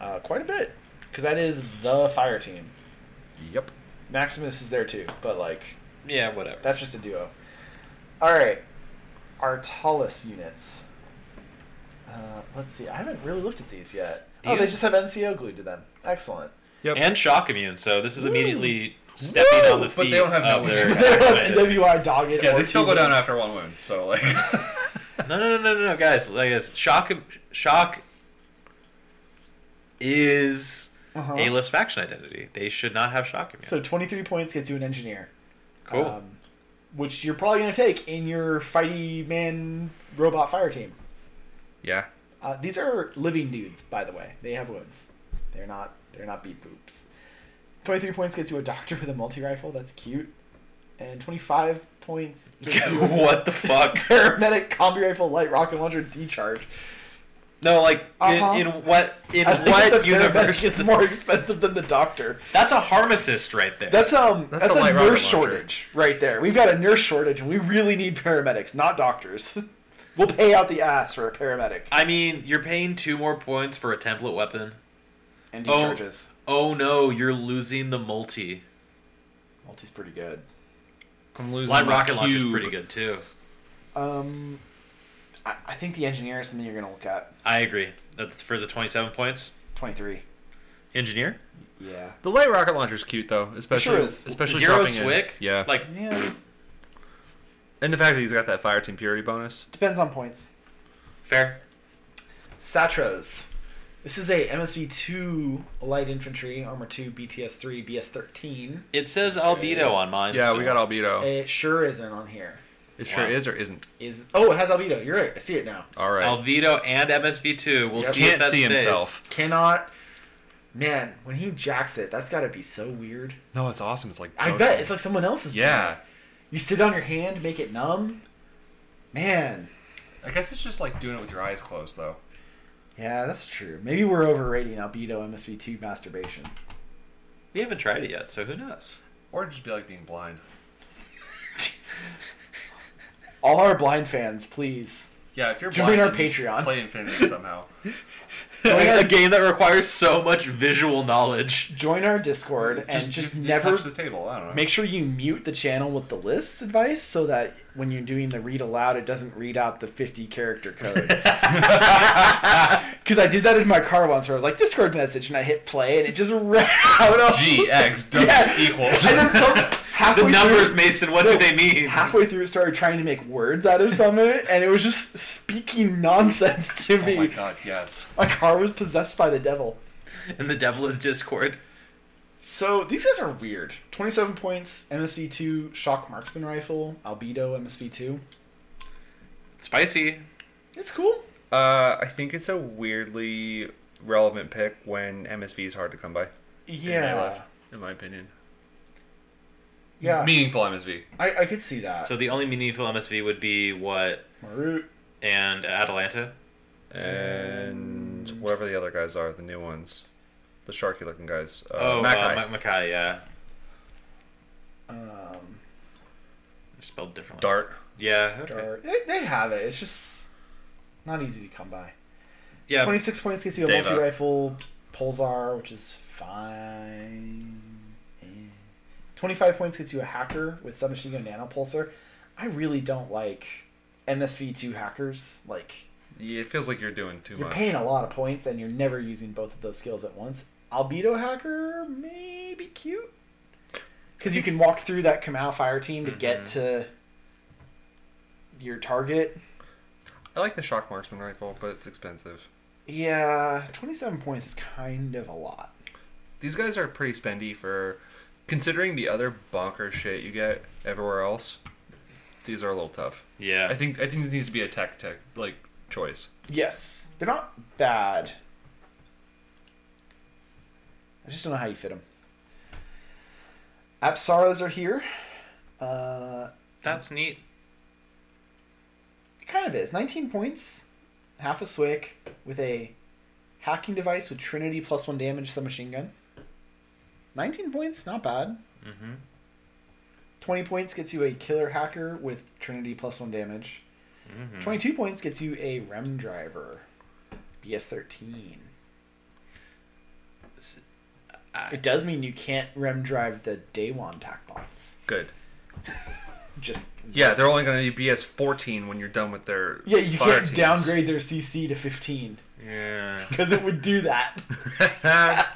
Uh, quite a bit because that is the fire team. Yep. Maximus is there too, but like Yeah, whatever. that's just a duo. All right, Artalis units. Uh, let's see. I haven't really looked at these yet. Oh, they These- just have NCO glued to them. Excellent. Yep. and shock immune. So this is immediately stepping Woo! on the But feet they don't have no of their. wound. They're on NWI dogged. Yeah, or they still two go down wounds. after one wound. So like, no, no, no, no, no, no, guys. Like this, shock, shock is Uh-huh. a list faction identity. They should not have shock immune. So twenty three points gets you an engineer. cool. Um, which you're probably gonna take in your fighty man robot fire team. yeah, Uh, these are living dudes, by the way. They have wounds. They're not. They're not beat boops. Twenty-three points gets you a doctor with a multi-rifle. That's cute. And twenty-five points gets you a what the fuck? paramedic combi rifle, light rocket launcher, decharge. No, like Uh-huh. in, in what in I think the what paramedic universe? is more expensive than the doctor. That's a harmacist right there. That's um. That's, That's a a, light rocket nurse launcher. shortage right there. We've got a nurse shortage, and we really need paramedics, not doctors. we'll pay out the ass for a paramedic I mean, you're paying two more points for a template weapon. and Oh. decharges. Oh no, you're losing the multi. Multi's pretty good. I'm losing. Light my rocket launcher is cube. pretty good too. Um, I, I think the engineer is something you're gonna look at. I agree. That's for the 27 points. Twenty-three. Engineer? Yeah. The light rocket launcher's cute though, especially Sure is. especially Zero dropping in. swick? Yeah. Like Yeah. and the fact that he's got that fire team purity bonus. Depends on points. fair. Satros. This is a MSV two light infantry armor two BTS three BS thirteen. It says albedo on mine. Yeah, still. we got albedo. It sure isn't on here. It sure Wow. is or isn't. Is oh it has albedo. You're right. I see it now. All right. albedo and MSV2. We'll Yep. see if Can't that see stays. himself. Cannot. Man, when he jacks it, that's got to be so weird. No, it's awesome. It's like I ghosting. bet it's like someone else's. yeah. You sit on your hand, make it numb. Man. I guess it's just like doing it with your eyes closed though. Yeah, that's true. Maybe we're overrating albedo MSV2 masturbation. We haven't tried it yet, so who knows? Or just be like being blind. All our blind fans, please Yeah, if you're Join blind, our then you Patreon. Play Infinity somehow. yeah. a game that requires so much visual knowledge. join our Discord and just, never touch the table. I don't know. make sure you mute the channel with the lists advice so that when you're doing the read aloud, it doesn't read out the 50 character code. Because I did that in my car once where I was like, Discord message, and I hit play and it just read out of. G X W Yeah. equals. And then some, halfway the numbers, through, Mason. What do No, they mean? halfway through it started trying to make words out of some of it, and it was just speaking nonsense to oh my me. god, yes. my car was possessed by the devil. And the devil is Discord. So these guys are weird. Twenty-seven points, MSV2 shock marksman rifle, albedo MSV2. Spicy. It's cool. Uh, I think it's a weirdly relevant pick when MSV is hard to come by, Yeah, life. in my opinion. yeah. Meaningful MSV. I, I could see that. So the only meaningful MSV would be what Marut. and Atalanta. And whatever the other guys are, the new ones, the sharky looking guys. Uh, oh, Mackay. uh, Ma- Mackay, yeah, Um, spelled differently. Dart. Yeah. Okay. or- they, they have it. It's just not easy to come by. Yeah. Twenty-six points gets you a Deva. multi-rifle Pulsar, which is fine. Eh. Twenty-five points gets you a hacker with submachine gun nanopulsar. I really don't like MSV2 hackers. Like Yeah, it feels like you're doing too You're much. paying a lot of points and you're never using both of those skills at once. Albedo hacker may be cute. Because you can walk through that Kamau fire team to Mm-hmm. get to your target. I like the shock marksman rifle, but it's expensive. Yeah, 27 points is kind of a lot. These guys are pretty spendy for considering the other bonker shit you get everywhere else. These are a little tough. I Yeah. think I think this needs to be a tech tech like choice. Yes, they're not bad. I just don't know how you fit them. Apsaras are here. Uh, That's neat. It kind of is. 19 points, half a swick, with a hacking device with Trinity plus one damage submachine gun. 19 points, not bad. Mm-hmm. 20 points gets you a killer hacker with Trinity plus one damage. Hmm. Mhm. 22 points gets you a rem driver, BS 13. uh, It die. does mean you can't rem drive the day one Takbots. Good. Just Yeah, they're only going to be BS 14 when you're done with their yeah, you fire can't teams. downgrade their CC to fifteen Yeah. because it would do that.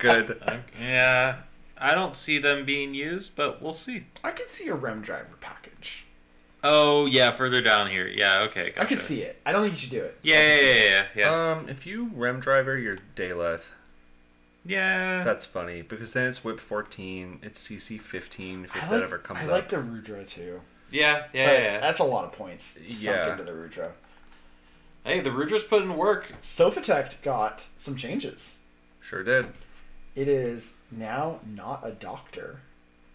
Good. I'm- yeah. I don't see them being used, but we'll see. I could see a rem driver package. Oh yeah, further down here. Yeah. Okay. Gotcha. I could see Uh, it. I don't think you should do it. Yeah. Yeah. Yeah. Yeah. Yeah. Um, if you rem driver your Daleth, yeah. that's funny because then it's whip 14, it's CC 15 if I that like, ever comes I up. like the Rudra too. Yeah, yeah, But yeah. That's a lot of points sunk Yeah. into the Rudra. Hey, the Rudra's put in work. Sophatect got some changes. Sure did. It is now not a doctor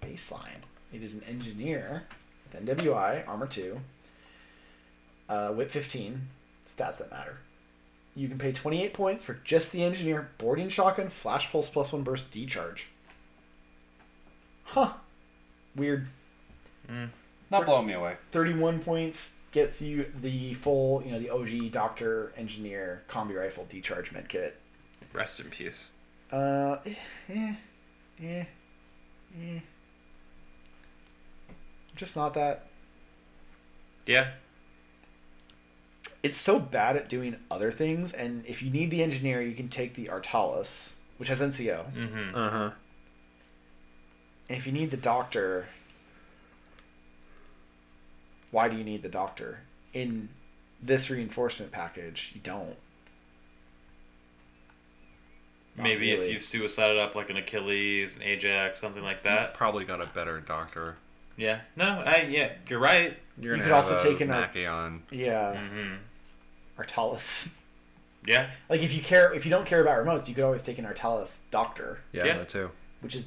baseline. It is an engineer with NWI, armor 2, uh, whip 15, stats that matter. You can pay 28 points for just the engineer, boarding shotgun, flash pulse plus one burst, decharge. Huh. Weird. Not blowing me away. 31 points gets you the full, you know, the OG doctor, engineer, combi rifle, decharge medkit. Rest in peace. Uh, eh, eh, eh, eh. Just not that. Yeah. It's so bad at doing other things, and if you need the engineer, you can take the Artalis, which has NCO. Mm-hmm. Uh huh. And if you need the doctor, why do you need the doctor? In this reinforcement package, you don't. Not Maybe if really. you've suicided up like an Achilles, an Ajax, something like that. Probably got a better doctor. Mm-hmm. Yeah. No. I. Yeah. You're right. You're You gonna could have also a take in a- Machion. Yeah, Mm-hmm. Artalis. Yeah. Like if you care, if you don't care about remotes, you could always take an Artalis Doctor, Yeah, Yeah. that too. which is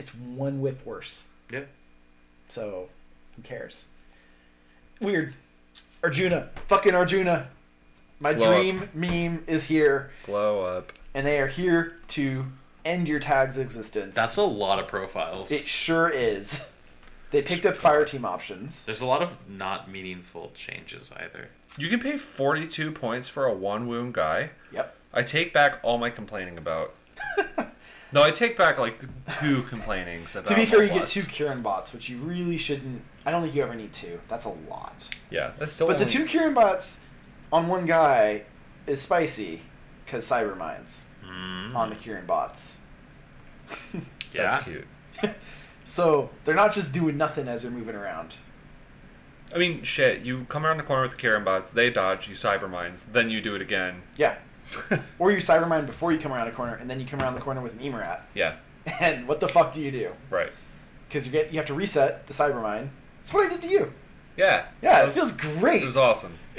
it's one whip worse. Yeah. So who cares? Weird. Arjuna, fucking Arjuna. My Blow up. dream meme is here, Blow up. and they are here to end your tag's existence. That's a lot of profiles. it. Sure is. They picked up fire team options. There's a lot of not meaningful changes either. You can pay 42 points for a one wound guy. Yep. I take back all my complaining about. no, I take back like two complainings about. To be fair, you what get two was. Kieran bots, which you really shouldn't. I don't think you ever need two. That's a lot. Yeah, that's still. But the only- two Kieran bots on one guy is spicy because cyber mines Hmm. Mm. on the Mm-hmm. Kieran bots. yeah. That's cute. so they're not just doing nothing as they're moving around. I mean, shit. You come around the corner with the Karen bots. They dodge. You cyber mines. Then you do it again. Yeah. Or you cyber mine before you come around a corner, and then you come around the corner with an Emerat. yeah. And what the fuck do you do? Right. Because you get you have to reset the cyber mine. That's what I did to you. Yeah. Yeah, That it was- feels great. It was awesome.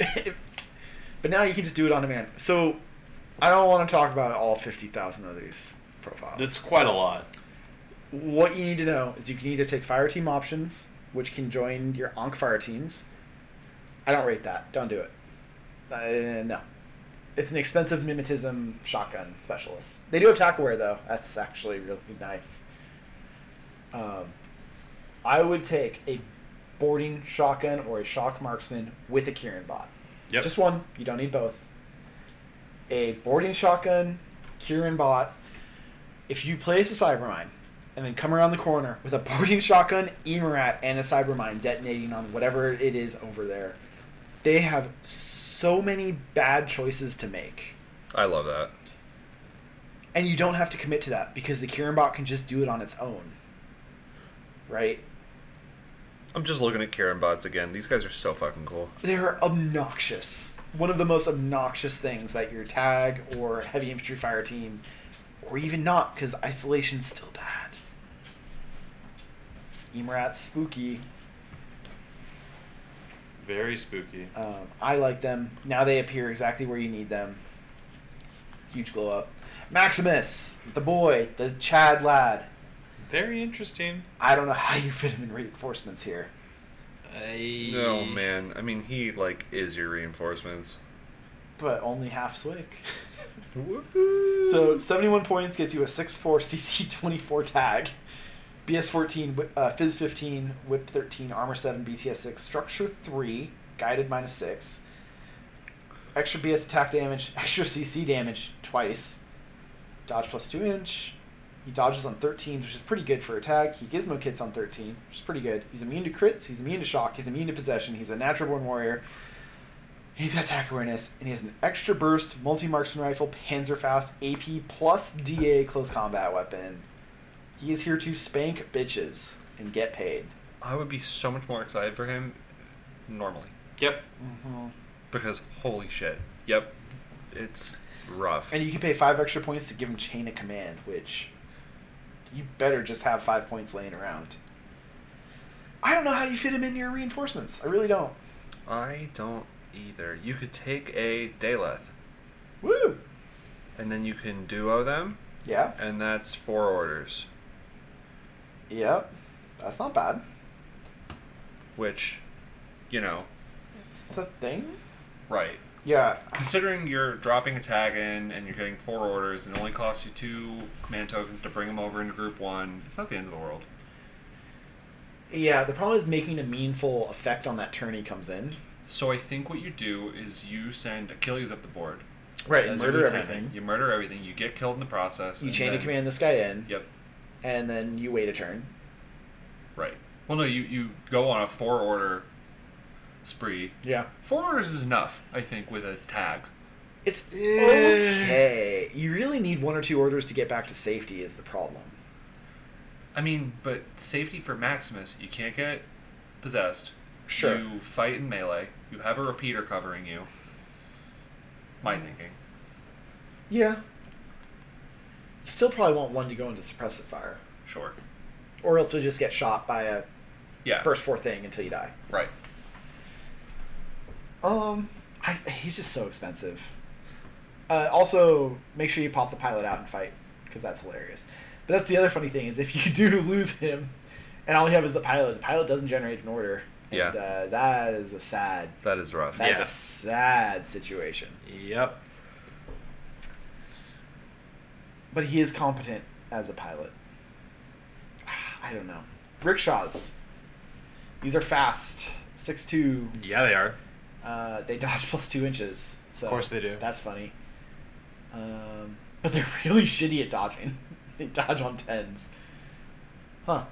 but now you can just do it on demand. So I don't want to talk about all fifty thousand of these profiles. That's quite a lot. what you need to know is you can either take fire team options, which can join your onk fire teams. I don't rate that. Don't do it. Uh, no, it's an expensive mimetism shotgun specialist. They do have tacaware though. That's actually really nice. Um, I would take a boarding shotgun or a shock marksman with a Kieran bot. Yep. Just one. You don't need both. A boarding shotgun, Kieran bot. If you place a Cybermine and then come around the corner with a boarding shotgun, Emerat, and a Cybermine detonating on whatever it is over there, they have so many bad choices to make. I love that. And you don't have to commit to that because the Kieran bot can just do it on its own. Right? I'm just looking at Karen bots again. These guys are so fucking cool. They're obnoxious. One of the most obnoxious things that your tag or heavy infantry fire team, or even not, because isolation's still bad. Emerat's spooky. Very spooky. Um, I like them. Now they appear exactly where you need them. Huge glow up. Maximus, the boy, the Chad lad. Very interesting. I don't know how you fit him in reinforcements here. I... Oh man. I mean, he like is your reinforcements. but only half swig. so 71 points gets you a 6-4 CC24 tag. BS14, wi- uh, Fizz 15, Whip 13, Armor 7, BTS 6, Structure 3, Guided minus 6. Extra BS attack damage, extra CC damage twice. Dodge plus 2 inch. He dodges on 13, which is pretty good for attack. He gizmo kits on 13, which is pretty good. He's immune to crits. He's immune to shock. He's immune to possession. He's a natural born warrior. He's got attack awareness, and he has an extra burst, multi marksman rifle, Panzerfaust, AP plus DA close combat weapon. He is here to spank bitches and get paid. I would be so much more excited for him normally Yep. Mm-hmm. because holy shit. Yep, it's rough. And you can pay five extra points to give him chain of command, which you better just have five points laying around. I don't know how you fit him in your reinforcements. I really don't. I don't either. You could take a Daleth, Woo! and then you can duo them, Yeah, and that's four orders. yep. That's not bad. Which, you know, It's the thing. right. Yeah, Considering you're dropping a tag in and you're getting four orders and it only costs you two command tokens to bring them over into group one, it's not the end of the world. yeah. The problem is making a meaningful effect on that turn he comes in. So I think what you do is you send Achilles up the board. Right, and As your murder lieutenant. everything. You murder everything. You get killed in the process. You and chain of then- command this guy in, Yep. and then you wait a turn. Right. Well, no, you you go on a four order spree. Yeah. Four orders is enough, I think, with a tag. It's okay. You really need one or two orders to get back to safety is the problem. I mean, but safety for Maximus, you can't get possessed. Sure. You fight in melee. You have a repeater covering you. My Mm. thinking. Yeah. You still probably want one to go into suppressive fire, Sure. or else you'll just get shot by a Yeah. burst four thing until you die. Right. Um, I, he's just so expensive. Uh, also, make sure you pop the pilot out and fight because that's hilarious. But that's the other funny thing is if you do lose him, and all you have is the pilot. The pilot doesn't generate an order. And, Yeah. uh, that is a sad. That is rough. That's Yeah. a sad situation. Yep. But he is competent as a pilot. I don't know. Rickshaws. These are fast. Six two. Yeah, they are. Uh, they dodge plus two inches. So Of course they do. That's funny. Um, but they're really shitty at dodging. they dodge on tens. Huh.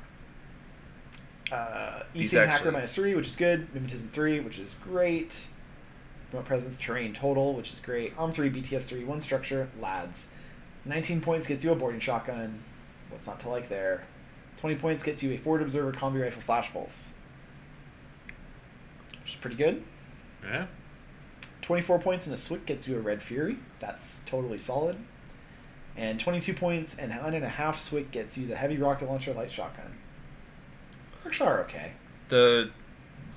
Uh, These EC and Hacker actually- minus three, which is good. Mimetism three, which is great. Remote presence, terrain total, which is great. Arm three, BTS three, one structure, lads. Nineteen points gets you a boarding shotgun. What's not to like there? Twenty points gets you a forward observer combi rifle flash pulse, which is pretty good. Yeah. 24 points and a Swick gets you a Red Fury. That's totally solid. And 22 points and one and a half Swick gets you the Heavy Rocket Launcher Light Shotgun. Works are okay. The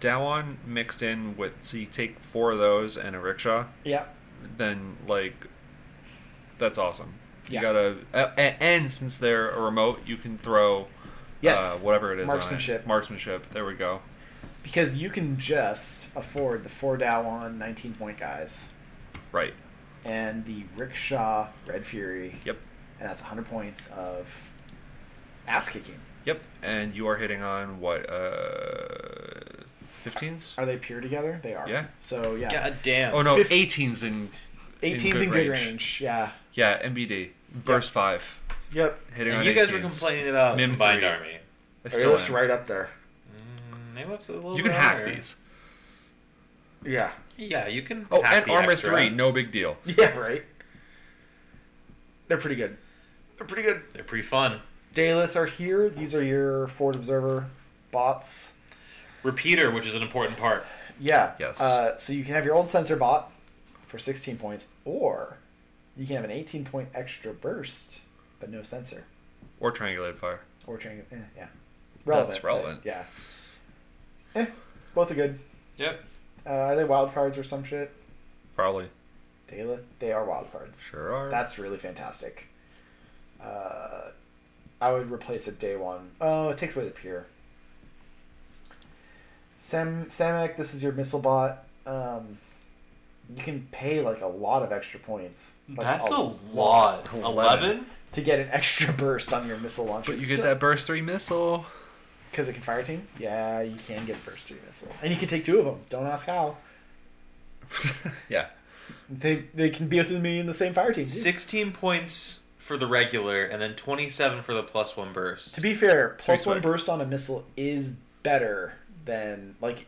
Dawon mixed in with so you take four of those and a rickshaw, Yeah. then like that's awesome. You Yeah. gotta a- a- and since they're a remote, you can throw Yes. uh, whatever it is on it. Marksmanship. Marksmanship. There we go. Because you can just afford the 4 Dowon 19 point guys Right. and the Rickshaw Red Fury. Yep. And that's 100 points of ass kicking. Yep. And you are hitting on what uh 15s? Are they pure together? They are. Yeah. So, yeah. God damn. Oh no, Fif- 18s in 18's in good, range. Yeah. Yeah, MBD. Burst 5. Yep. Hitting And on you guys were 18s. complaining about Mim Combined three. Army. I It still was am. right up there. Mm, they left a little You can bit hack higher. these. Yeah. Yeah, you can. Oh, hack and the armor extra. 3, no big deal. Yeah, right. They're pretty good. They're pretty good. They're pretty fun. Daleth are here. These are your Ford Observer bots. Repeater, which is an important part. Yeah. Yes. Uh, so you can have your old sensor bot for 16 points, or you can have an 18 point extra burst, but no sensor Or triangulated fire. or training. Eh, yeah. That's but- relevant. yeah. Eh, both are good. Yep. Uh, are they wild cards or some shit? Probably. Daleth, they are wild cards. Sure are. That's really fantastic. Uh, I would replace a day one. Oh, it takes away the pier. Sam Samek, this is your missile bot. Um, you can pay like a lot of extra points. Like, That's a lot. Eleven. Eleven. to get an extra burst on your missile launcher. But you get that burst 3 missile. because it can fire team. Yeah, you can get a burst three missile, and you can take two of them. Don't ask how. yeah. They they can be with me in the same fire team. too. Sixteen points for the regular, and then 27 for the plus one burst. To be fair, plus Three one quick. burst on a missile is better than like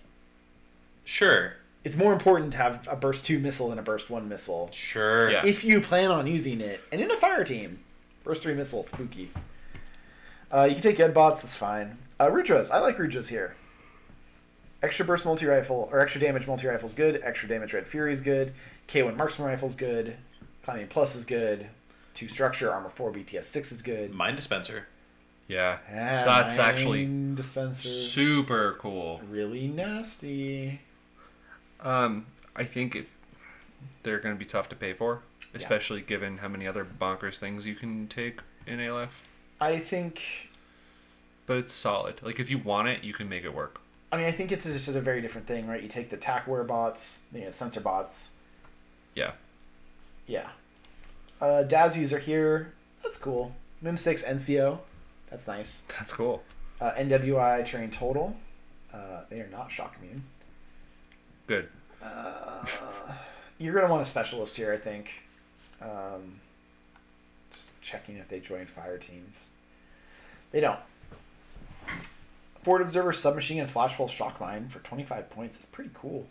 Sure, it's more important to have a burst two missile than a burst one missile. sure. Yeah. If you plan on using it, and in a fire team, burst three missile, spooky. Uh, you can take Ed bots, that's fine. Uh, Rudras, I like Rudras here. Extra burst multi rifle or extra damage multi rifle is good. Extra damage red fury is good. K1 marksman rifle is good. Climbing plus is good. Two structure armor four BTS six is good. Mine dispenser. Yeah. Ah, That's actually mine dispenser Super cool. really nasty. Um, I think it, they're going to be tough to pay for, especially given how many other bonkers things you can take in ALF. I think But it's solid. Like if you want it, you can make it work. I mean, I think it's just a very different thing, right? You take the tacware bots, you know, sensor bots. Yeah. Yeah. Uh, Daz user here. That's cool. Mim6 NCO. That's nice. That's cool. Uh, NWI terrain total. Uh, they are not shock immune. Good. Uh, you're going to want a specialist here, I think. Um, just checking if they join fire teams. They don't. Forward Observer Submachine and Flashball Shock Mine for 25 points is pretty cool.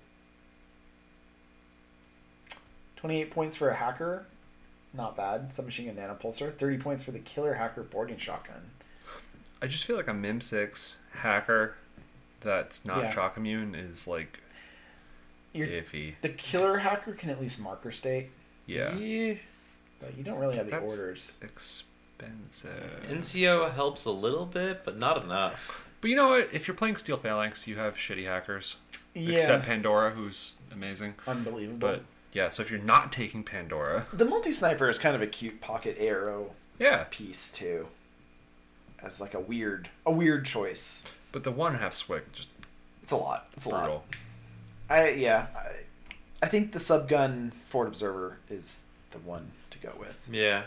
28 points for a hacker, not bad. Submachine and Nanopulsar. 30 points for the Killer Hacker Boarding Shotgun. I just feel like a Mim six hacker that's not Yeah. shock immune is like You're, iffy. The Killer Hacker can at least marker state, Yeah. but you don't really have the That's- orders. Expensive. NCO helps a little bit, but not enough. But you know what? If you're playing Steel Phalanx, you have shitty hackers. Yeah, Except Pandora, who's amazing. unbelievable. But yeah, so if you're not taking Pandora, The multi sniper is kind of a cute pocket arrow yeah. piece too, as like a weird a weird choice. But the one half swig just It's a lot. It's a lot. brutal. I yeah, I, I think the subgun Ford Observer is the one to go with. Yeah.